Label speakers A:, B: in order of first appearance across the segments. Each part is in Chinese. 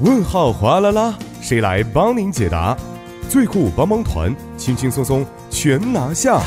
A: 问号哗啦啦，谁来帮您解答？最酷帮帮团，轻轻松松全拿下。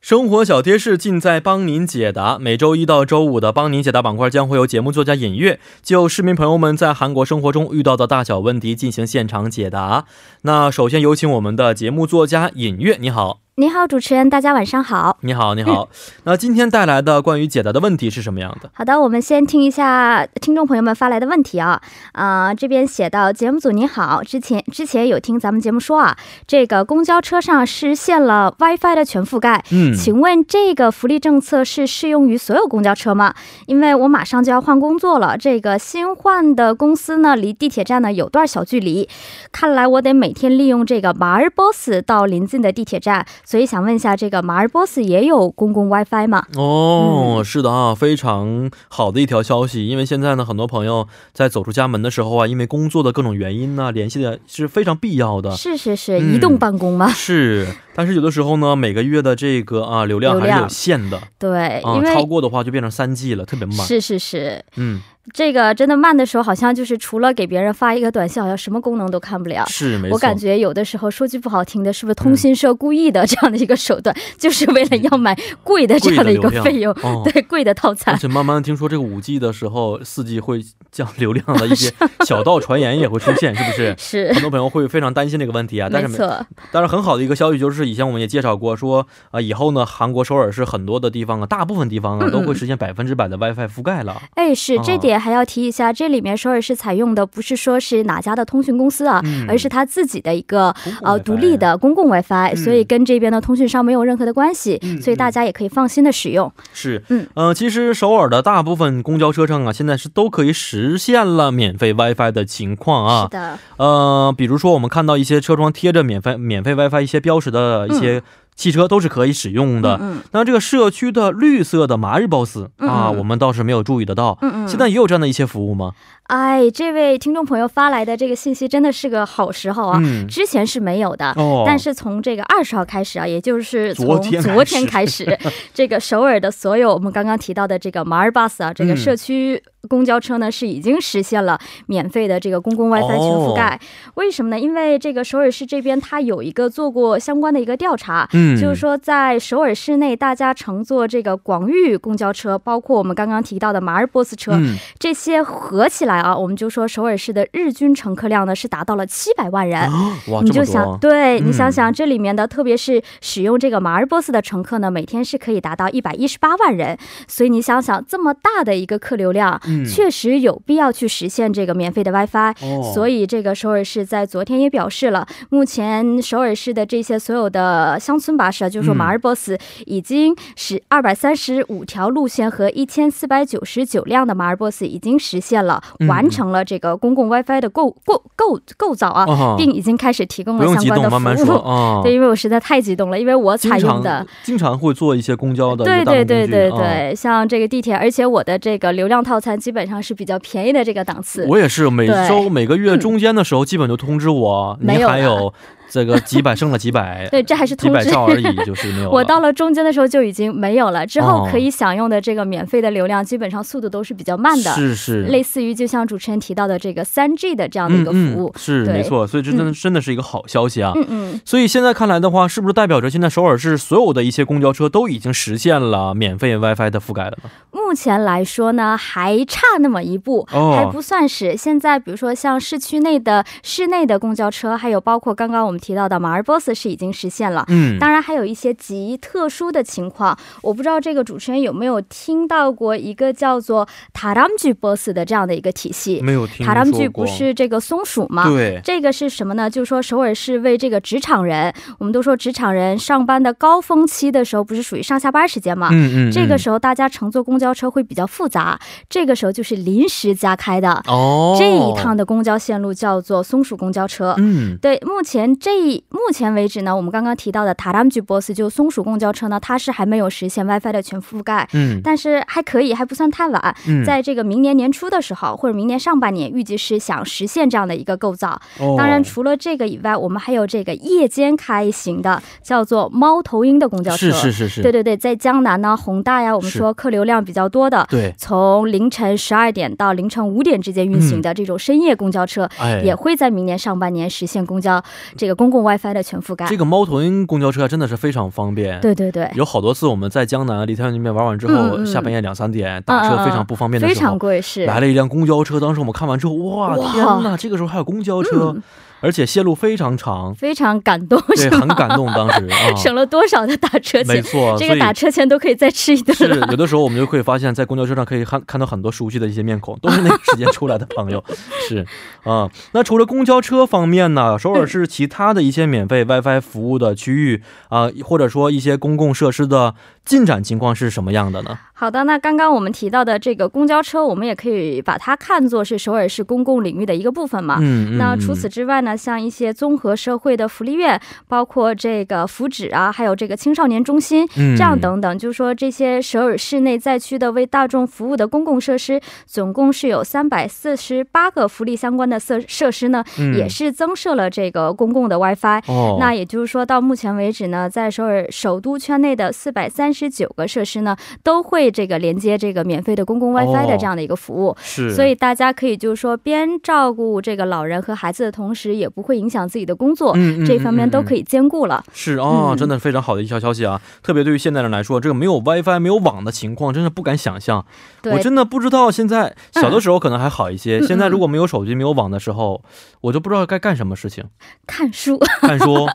B: 生活小贴士尽在帮您解答。每周一到周五的帮您解答板块将会有节目作家尹月就市民朋友们在韩国生活中遇到的大小问题进行现场解答。那首先有请我们的节目作家尹月，你好，
C: 你好，主持人，大家晚上好。
B: 你好，你好。那今天带来的关于解答的问题是什么样的？
C: 好的，我们先听一下听众朋友们发来的问题啊。啊、这边写到节目组您好，之前之前有听咱们节目说啊，这个公交车上实现了 WiFi 的全覆盖。
B: 嗯
C: 请问这个福利政策是适用于所有公交车吗？因为我马上就要换工作了，这个新换的公司呢，离地铁站呢有段小距离，看来我得每天利用这个马尔波斯到临近的地铁站，所以想问一下，这个马尔波斯也有公共 WiFi 吗？
B: 哦，是的啊，非常好的一条消息。因为现在呢，很多朋友在走出家门的时候啊，因为工作的各种原因呢、联系的是非常必要的。
C: 是是是，
B: 嗯
C: 移动办 公吗？
B: 是，但是有的时候呢，每个月的这个啊流量
C: 流
B: 还是有
C: 量
B: 限的
C: 对，
B: 啊
C: 因，为、
B: 超过的话就变成三 G 了，特别慢。
C: 是是是，
B: 嗯，
C: 这个真的慢的时候，好像就是除了给别人发一个短信，好像什么功能都看不了。
B: 是没错。
C: 我感觉有的时候说句不好听的，是不是通讯社故意的这样的一个 手段，就是为了要买贵的这样的一个
B: 贵的流量
C: 费用，
B: 哦
C: 对贵的 套
B: 而
C: 餐。
B: 且慢慢听说这个五 G 的时候，四 G 会降流量的一些小道传言也会出现，是不是？
C: 啊是
B: 很多朋友会非常担心这个问题啊，但
C: 没
B: 是
C: 错，
B: 但是很好的一个消息就是，以前我们也介绍过说，啊、以后呢，韩国首尔市很多的地方啊，大部分地方啊，
C: 嗯嗯
B: 都会实现百分之百的 WiFi 覆盖了。
C: 哎，是
B: 哦
C: 这点还要提一下，这里面首尔市采用的不是说是哪家的通讯公司啊，
B: 嗯
C: 而是他自己的一个
B: 公共
C: 呃
B: WiFi
C: 独立的公共 WiFi，、
B: 嗯
C: 所以跟这边的通讯商没有任何的关系，
B: 嗯
C: 所以大家也可以放心的使用。
B: 是，
C: 嗯
B: 呃，其实首尔的大部分公交车上啊，现在是都可以实现了免费 WiFi 的情况啊
C: 是。的，
B: 呃，比如说我们看到一些车窗贴着免费免费 WiFi 一些标识的一些汽车都是可以使用的。
C: 嗯嗯
B: 那这个社区的绿色的马日 boss 啊，
C: 嗯嗯
B: 我们倒是没有注意得到。
C: 嗯嗯，
B: 现在也有这样的一些服务吗？
C: 哎，这位听众朋友发来的这个信息真的是个好时候啊，
B: 嗯，
C: 之前是没有的。
B: 哦，
C: 但是从这个二十号开始啊，也就是从
B: 昨天开始
C: 昨天 开始，这个首尔的所有我们刚刚提到的这个马尔 bus 啊，这个
B: 嗯
C: 社区公交车呢是已经实现了免费的这个公共 WiFi 全覆盖。
B: 哦
C: 为什么呢？因为这个首尔市这边它有一个做过相关的一个调查，
B: 嗯，
C: 就是说，在首尔市内，大家乘坐这个广域公交车，包括我们刚刚提到的马尔波斯车，
B: 嗯，
C: 这些合起来啊，我们就说首尔市的日均乘客量呢是达到了七百万人。 哦
B: 哇，
C: 你
B: 这
C: 就
B: 么多
C: 想，
B: 啊，
C: 对、
B: 嗯
C: 你想想，这里面的特别是使用这个马尔波斯的乘客呢，每天是可以达到一百一十八万人，所以你想想，这么大的一个客流量，
B: 嗯
C: 确实有必要去实现这个免费的 WiFi。
B: 哦
C: 所以，这个首尔市在昨天也表示了，目前首尔市的这些所有的乡村巴士，啊，就是说
B: 嗯
C: 马尔波斯，已经使二百三十五条路线和一千四百九十九辆的马尔波斯已经实现了、
B: 嗯
C: 完成了这个公共 WiFi 的构构构构造啊，
B: 啊
C: 并已经开始提供
B: 不
C: 了
B: 用
C: 相
B: 激
C: 关
B: 动，
C: 的服务。
B: 慢慢 说啊。
C: 对，因为我实在太激动了，因为我
B: 经
C: 采用
B: 常
C: 的。
B: 经常会做一些公交的一
C: 对
B: 个大
C: 对
B: 众
C: 对
B: 工具
C: 对
B: 啊
C: 对、像这个地铁，而且我的这个流量套餐基本上是比较便宜的这个档次。
B: 我也是每
C: 对嗯
B: 周每个月中间的时候，基本就通知我，
C: 没
B: 您
C: 有
B: 还
C: 了，
B: 有 这个几百剩了几百
C: 对，这还是
B: 几
C: 通
B: 百
C: 知。
B: 兆而已，就是没有了。
C: 我到了中间的时候就已经没有了，之后
B: 哦
C: 可以享用的这个免费的流量，基本上速度都是比较慢的，
B: 是是
C: 类似于就像主持人提到的这个三 G 的这样的一个服务
B: 嗯嗯、。是
C: 对
B: 没错，所以这真的、真的是一个好消息啊。
C: 嗯嗯
B: 所以现在看来的话，是不是代表着现在首尔市所有的一些公交车都已经实现了免费 WiFi 的覆盖了呢？
C: 目前来说呢，还差那么一步。
B: 哦
C: 还不算是现在，比如说像市区内的、市内的公交车，还有包括刚刚我们提到的马尔波斯是已经实现了。
B: 嗯，
C: 当然，还有一些极特殊的情况，我不知道这个主持人有没有听到过一个叫做塔拉姆居波斯的这样的一个体系。
B: 没有听
C: 塔拉姆
B: 说
C: 居
B: 过。
C: 不是这个松鼠吗？
B: 对，
C: 这个是什么呢？就是说，首尔市为这个职场人，我们都说职场人上班的高峰期的时候，不是属于上下班时间吗？
B: 嗯嗯，
C: 这个
B: 嗯
C: 时候大家乘坐公交车会比较复杂，这个时候就是临时加开的。
B: 哦，
C: 这一趟的公交线路叫做松鼠公交车。
B: 嗯
C: 对，目前这一目前为止呢，我们刚刚提到的塔拉姆居波斯就松鼠公交车呢，它是还没有实现 WiFi 的全覆盖，
B: 嗯
C: 但是还可以，还不算太晚。
B: 嗯，
C: 在这个明年年初的时候，或者明年上半年，预计是想实现这样的一个构造。
B: 哦
C: 当然，除了这个以外，我们还有这个夜间开行的，叫做猫头鹰的公交车。
B: 是是是是，
C: 对对对，在江南呢、宏大呀，我们
B: 是
C: 说客流量比较多的，
B: 对，
C: 从凌晨十二点到凌晨五点之间运行的这种深夜公交车，
B: 嗯哎，
C: 也会在明年上半年实现公交这个公共 WiFi 的全覆盖。
B: 这个猫头鹰公交车啊真的是非常方便。。
C: 啊对对对，
B: 有好多次我们在江南、梨泰院那边玩完之后、
C: 嗯嗯嗯
B: 下半夜两三点打车非常不方便的
C: 非
B: 时候
C: 常，贵是。
B: 来了一辆公交车。当时我们看完之后，哇，
C: 哇嗯
B: 天哪！这个时候还有公交车，而且线路非常长，
C: 非常感动，
B: 对，
C: 是
B: 很
C: 吗？，
B: 感动。当时啊
C: 省了多少的打车
B: 没
C: 钱？
B: 错，
C: 这
B: 所
C: 个
B: 以
C: 打车钱都可以再吃一顿
B: 是
C: 了。
B: 有的时候我们就会发现，在公交车上可以看看到很多熟悉的一些面孔，都是那个时间出来的朋友。是啊、那除了公交车方面呢，首尔市其他的一些免费 WiFi 服务的区域啊、或者说一些公共设施的进展情况是什么样的呢？
C: 好的，那刚刚我们提到的这个公交车，我们也可以把它看作是首尔市公共领域的一个部分嘛。
B: 嗯，嗯
C: 啊那除此之外呢，像一些综合社会的福利院，包括这个福祉啊，还有这个青少年中心，
B: 嗯
C: 这样等等，就是说这些首尔市内在区的为大众服务的公共设施，总共是有三百四十八个福利相关的设设施呢，
B: 嗯
C: 也是增设了这个公共的 WiFi。
B: 哦，
C: 那也就是说，到目前为止呢，在首尔首都圈内的四百三十九个设施呢，都会这个连接这个免费的公共 WiFi
B: 哦
C: 的这样的一个服务。
B: 是，
C: 所以大家可以就是说，边照顾这个老人和孩子的同时，也不会影响自己的工作，
B: 嗯嗯
C: 这方面都可
B: 以。嗯嗯
C: 以兼顾了。
B: 是哦，
C: 嗯
B: 真的非常好的一条消息啊！特别对于现代人来说，这个没有 WiFi、没有网的情况，真是不敢想象。我
C: 对。
B: 真的不知道，现在小的时候可能还好一些、
C: 嗯
B: 现在如果没有手机、没有网的时候，我就不知道该干什么事情。
C: 看书，
B: 看书，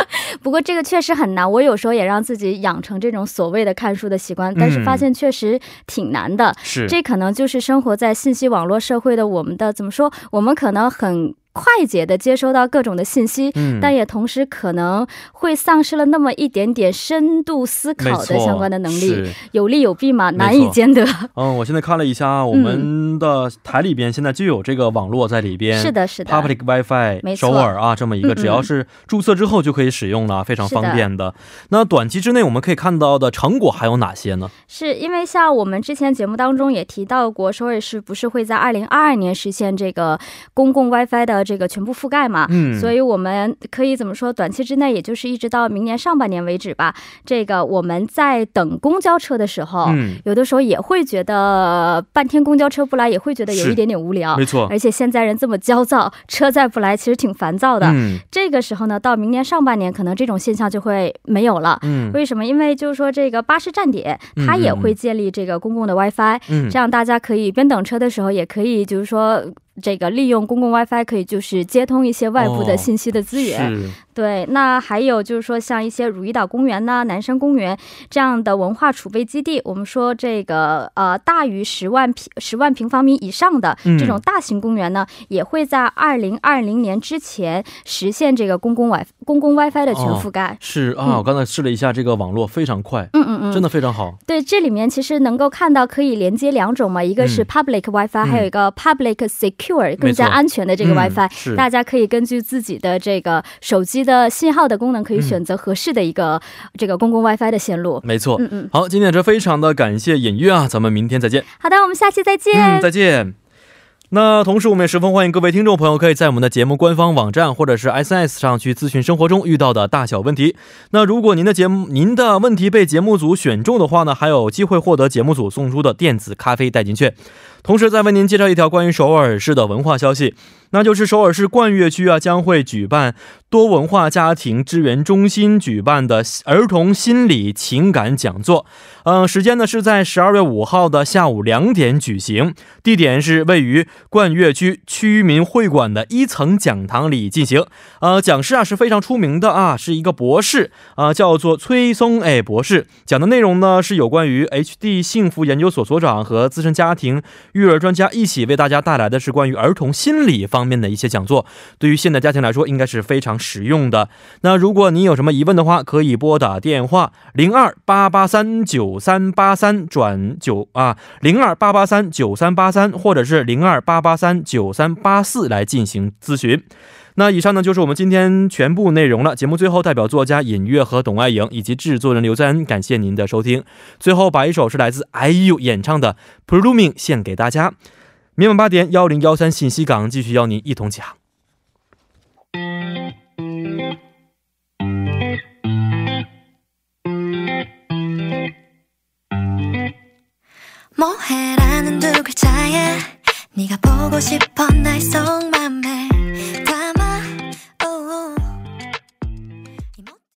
C: 不过这个确实很难。我有时候也让自己养成这种所谓的看书的习惯，但是发现确实挺难的。
B: 嗯是
C: 这可能就是生活在信息网络社会的我们的怎么说？我们可能很快捷的接收到各种的信息，
B: 嗯
C: 但也同时可能会丧失了那么一点点深度思
B: 没
C: 考的
B: 错
C: 相关的能力，
B: 是
C: 有利有弊嘛，
B: 错
C: 难以兼得。
B: 嗯，我现在看了一下，我们的台里边现在就有这个网络在里边。
C: 嗯是。的，是的。
B: Public WiFi
C: 没
B: 首
C: 错
B: 尔啊，这么一个，
C: 嗯嗯
B: 只要是注册之后就可以使用了，非常
C: 是的
B: 方便的。那短期之内我们可以看到的成果还有哪些呢？
C: 是因为像我们之前节目当中也提到过，首尔市不是会在二零二二年实现这个公共 WiFi 的这个全部覆盖嘛？
B: 嗯
C: 所以我们可以怎么说？短期之内，也就是一直到明年上半年为止吧。这个我们在等公交车的时候，
B: 嗯，
C: 有的时候也会觉得半天公交车不来，也会觉得有
B: 是
C: 一点点无聊
B: 没。错。
C: 而且现在人这么焦躁，车再不来，其实挺烦躁的。
B: 嗯
C: 这个时候呢，到明年上半年，可能这种现象就会没有了。
B: 嗯
C: 为什么？因为就是说，这个巴士站点
B: 嗯
C: 它也会建立这个公共的 WiFi，、
B: 嗯
C: 这样大家可以边等车的时候，也可以就是说这个利用公共 WiFi，可以就是接通一些外部
B: 哦
C: 的信息的资源。
B: 是
C: 对，那还有就是说，像一些汝矣岛公园呐、南山公园这样的文化储备基地，我们说这个呃大于十万平十万平方米以上的
B: 嗯
C: 这种大型公园呢，也会在二零二零年之前实现这个公共 WiFi 公共 WiFi 的全
B: 哦
C: 覆盖。
B: 是啊，我刚才试了一下这个网络，非常快，
C: 嗯嗯嗯，
B: 真的非常好。
C: 对，这里面其实能够看到可以连接两种嘛，一个是 public WiFi，、还有一个 public secure，更加安全的这个 WiFi、
B: 嗯是
C: 大家可以根据自己的这个手机的信号的功能，可以选择合适的一个这个公共 WiFi 的线路。
B: 没错。
C: 嗯嗯，
B: 好，今天也是非常的感谢隐约啊，咱们明天再见。
C: 好的，我们下期再见。
B: 嗯，再见。那同时，我们也十分欢迎各位听众朋友，可以在我们的节目官方网站或者是 SNS 上去咨询生活中遇到的大小问题。那如果您的节目、您的问题被节目组选中的话呢，还有机会获得节目组送出的电子咖啡代金券。同时，再为您介绍一条关于首尔市的文化消息，那就是首尔市冠岳区啊将会举办多文化家庭支援中心举办的儿童心理情感讲座。嗯、时间呢是在十二月五号的下午两点举行。地点是位于冠岳区区民会馆的一层讲堂里进行。呃，讲师啊是非常出名的啊，是一个博士啊、叫做崔松哎博士。讲的内容呢是有关于 HD 幸福研究所所长和资深家庭育儿专家一起为大家带来的是关于儿童心理方面的一些讲座，对于现代家庭来说应该是非常实用的。那如果您有什么疑问的话，可以拨打电话零二八八三九三八三转九啊零二八八三九三八三或者是零二八八三九三八四来进行咨询。那以上呢就是我们今天全部内容了。节目最后，代表作家尹月和董爱颖以及制作人刘在恩，感谢您的收听。最后，把一首是来自 IU 演唱的《Blooming》献给大家。明晚八点幺零幺三信息港继续邀您一同起航。
D: 뭐해라는 두 글자에 네가 보고 싶어 나의 song 뭐-